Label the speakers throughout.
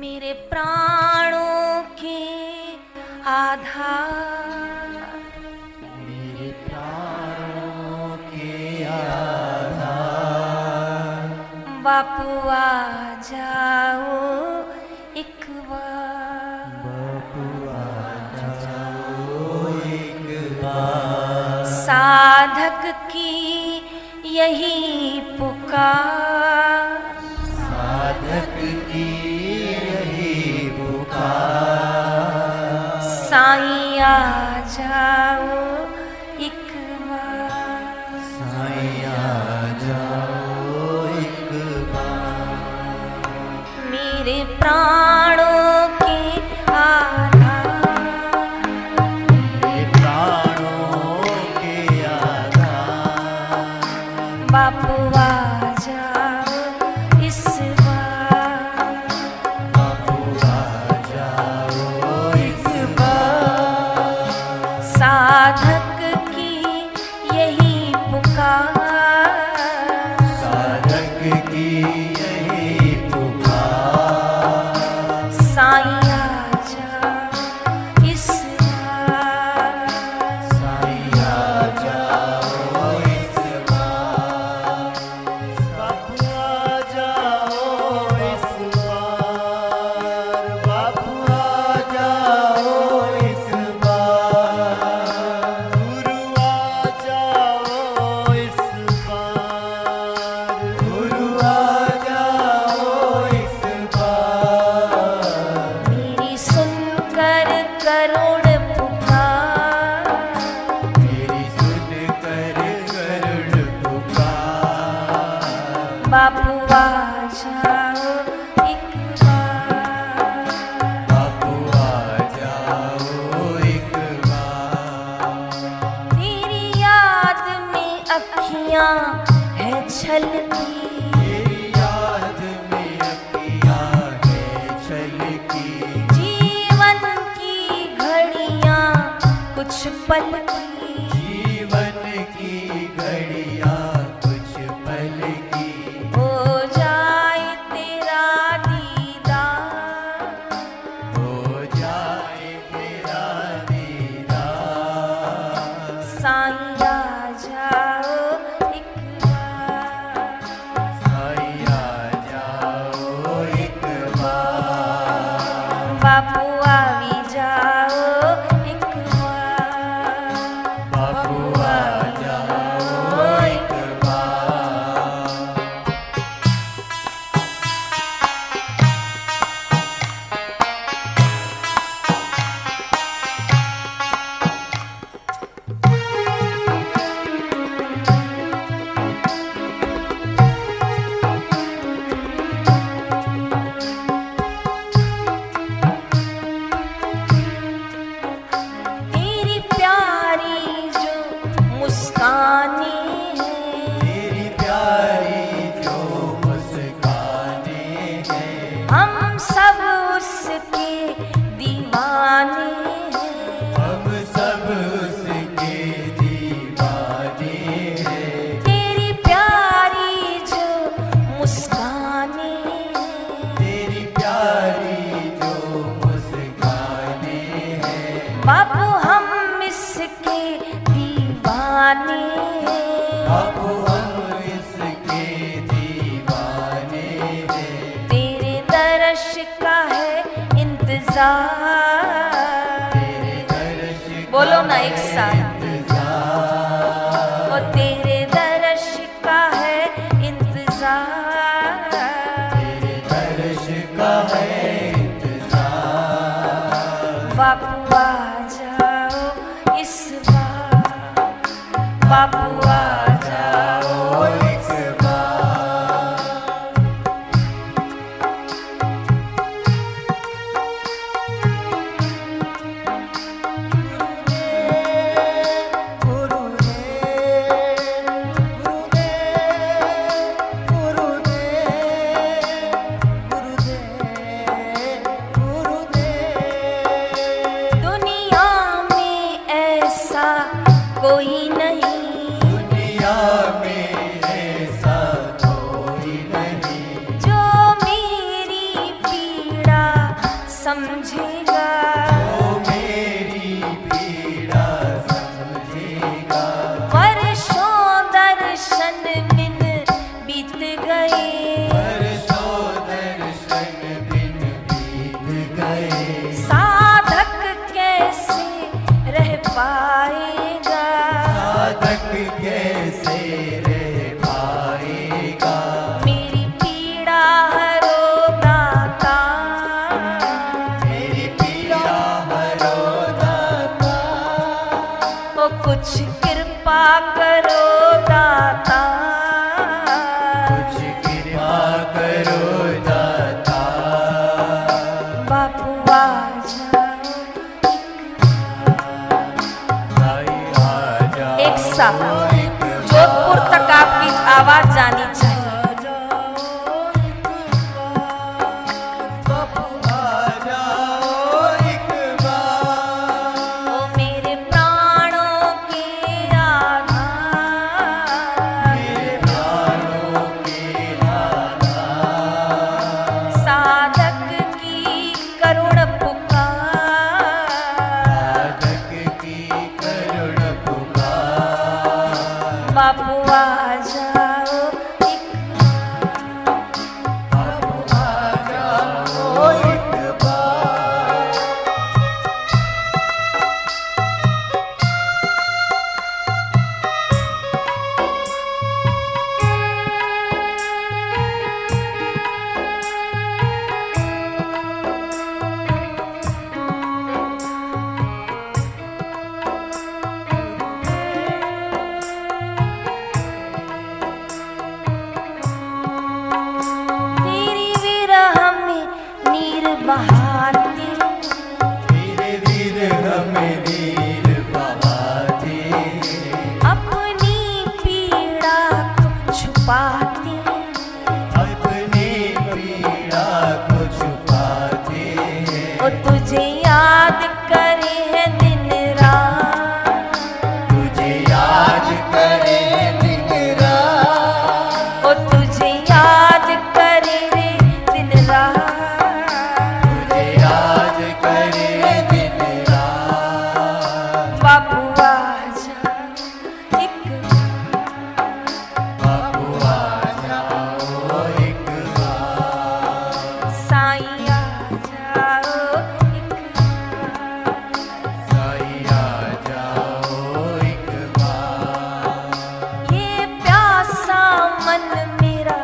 Speaker 1: मेरे प्राणों के आधार
Speaker 2: मेरे प्राणों के आधार
Speaker 1: बापू आ जाओ एक बार
Speaker 2: बपुआ जाओ एक बार
Speaker 1: साधक की यही पुकार
Speaker 2: साधक की यही पुकार
Speaker 1: साईं आ जाओ एक बार
Speaker 2: साईं आ जाओ एक बार
Speaker 1: मेरे प्राणों के आधार
Speaker 2: मेरे प्राणों के आधार
Speaker 1: बापू आ जाओ इस बार
Speaker 2: बपुआ जाओ एक बार
Speaker 1: साधक की यही पुकार
Speaker 2: साधक की यही पुकार
Speaker 1: साईं आ जाओ इस बार
Speaker 2: साईं आ जाओ इस बार बापू आ जाओ इस बार बापू आ जाओ इस बार गुरु आ जाओ इस बार गुरु आ जाओ इस बार
Speaker 1: मेरी सुनकर करुण पुकार
Speaker 2: मेरी सुन कर करुण पुकार
Speaker 1: बापू आ जाओ एक बार
Speaker 2: बापू आ जाओ एक बार
Speaker 1: तेरी याद में अखियां है छलती
Speaker 2: तेरी याद में अखियां है छलकी
Speaker 1: जीवन की घड़ियां कुछ पल की
Speaker 2: जीवन की घड़ियां कुछ पल की
Speaker 1: हो जाए तेरा दीदार
Speaker 2: हो जाए तेरा दीदार
Speaker 1: साईं आ जाओ एक बार
Speaker 2: साईं आ जाओ एक बार
Speaker 1: बापू आवी जाओ एक बार
Speaker 2: बापू आ जाओ एक बार
Speaker 1: तेरी प्यारी जो मुस्कानी है
Speaker 2: मेरी प्यारी जो मुस्काने हैं
Speaker 1: हम सब उसके दीवाने हैं
Speaker 2: हम सब उसके दीवाने हैं
Speaker 1: तेरी प्यारी जो मुस्कानी है
Speaker 2: तेरी प्यारी जो मुस्काने हैं
Speaker 1: बाबू हम इसके दीवाने हैं
Speaker 2: अब हम इसके दीवाने हैं
Speaker 1: तेरे दर्श का है इंतजार
Speaker 2: तेरे दर्श का
Speaker 1: बोलो ना एक साथ
Speaker 2: इंतजार
Speaker 1: वो तेरे दर्श का है इंतजार
Speaker 2: तेरे दर्श का है इंतजार
Speaker 1: बाबू आ जाओ इस बार बाबू आ
Speaker 2: आओ
Speaker 1: जाओ
Speaker 2: एक बार
Speaker 3: गुरुदेव गुरुदेव गुरुदेव
Speaker 1: समझेगा
Speaker 2: वो मेरी पीड़ा समझेगा
Speaker 1: वर्षों दर्शन बिन बीत गए
Speaker 2: परसो दर्शन बिन बीत गए
Speaker 1: साधक कैसे रह पाएगा
Speaker 2: साधक कैसे रह पाएगा
Speaker 1: मेरी पीड़ा हरो दाता
Speaker 2: मेरी पीड़ा हरो दाता
Speaker 1: ओ कुछ कृपा करो दाता
Speaker 2: कुछ कृपा करो दाता
Speaker 1: बापू आ जाओ
Speaker 2: भाई आ जाओ
Speaker 1: एक साथ जोधपुर तक आपकी आवाज जानी चाहिए ओ मेरे प्राणों के आधार साधक की करुण पुकार बापू आ जाओ एक तेरी विरह में नीर बहाती अपनी पीड़ा को छुपाती
Speaker 2: अपनी पीड़ा को छुपाते
Speaker 1: और तुझे याद करे है दिन रात
Speaker 2: तुझे याद करे दिन रात
Speaker 1: और तुझे याद करे रे दिन रात
Speaker 2: तुझे याद करे दिन रात
Speaker 1: बापू आ जा एक बार।
Speaker 2: बापू आ जाओ एक बार
Speaker 1: साईं आ जाओ एक बार।
Speaker 2: साई आ जाओ एक बार
Speaker 1: ये प्यासा मन मेरा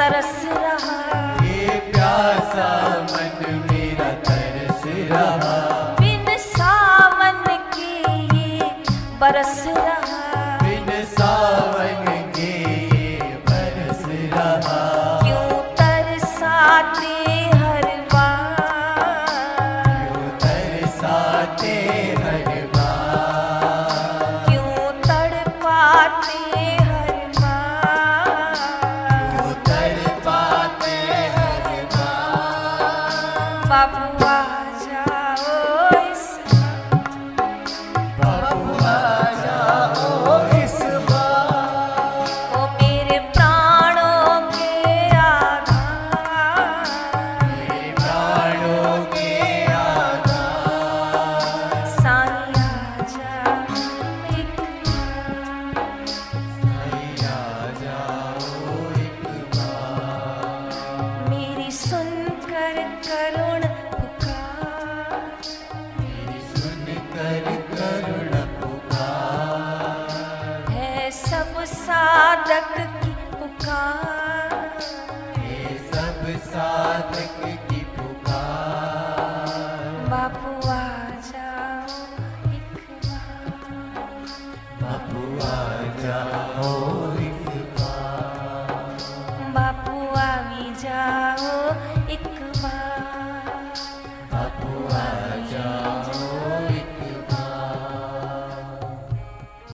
Speaker 1: तरस रहा
Speaker 2: ये प्यासा मन मेरा तरस रहा
Speaker 1: बिन सावन के ये बरस रहा
Speaker 2: बिन सावन के ये बरस रहा
Speaker 1: क्यों तरसाते हर बार
Speaker 2: क्यों तरसाते हर बार
Speaker 1: क्यों तड़पाते हर बार
Speaker 2: क्यों तरसाते हर बार
Speaker 1: बाबू आ जाओ इस ओ मेरे प्राणों के आधार साईं आ जा एक मेरी सुनकर करुण पुकार है सब साधक की पुकार
Speaker 2: साधक की पुकार
Speaker 1: बापू आ जाओ एक बार
Speaker 2: बापू आ जाओ इस बार
Speaker 1: बापू आ भी जाओ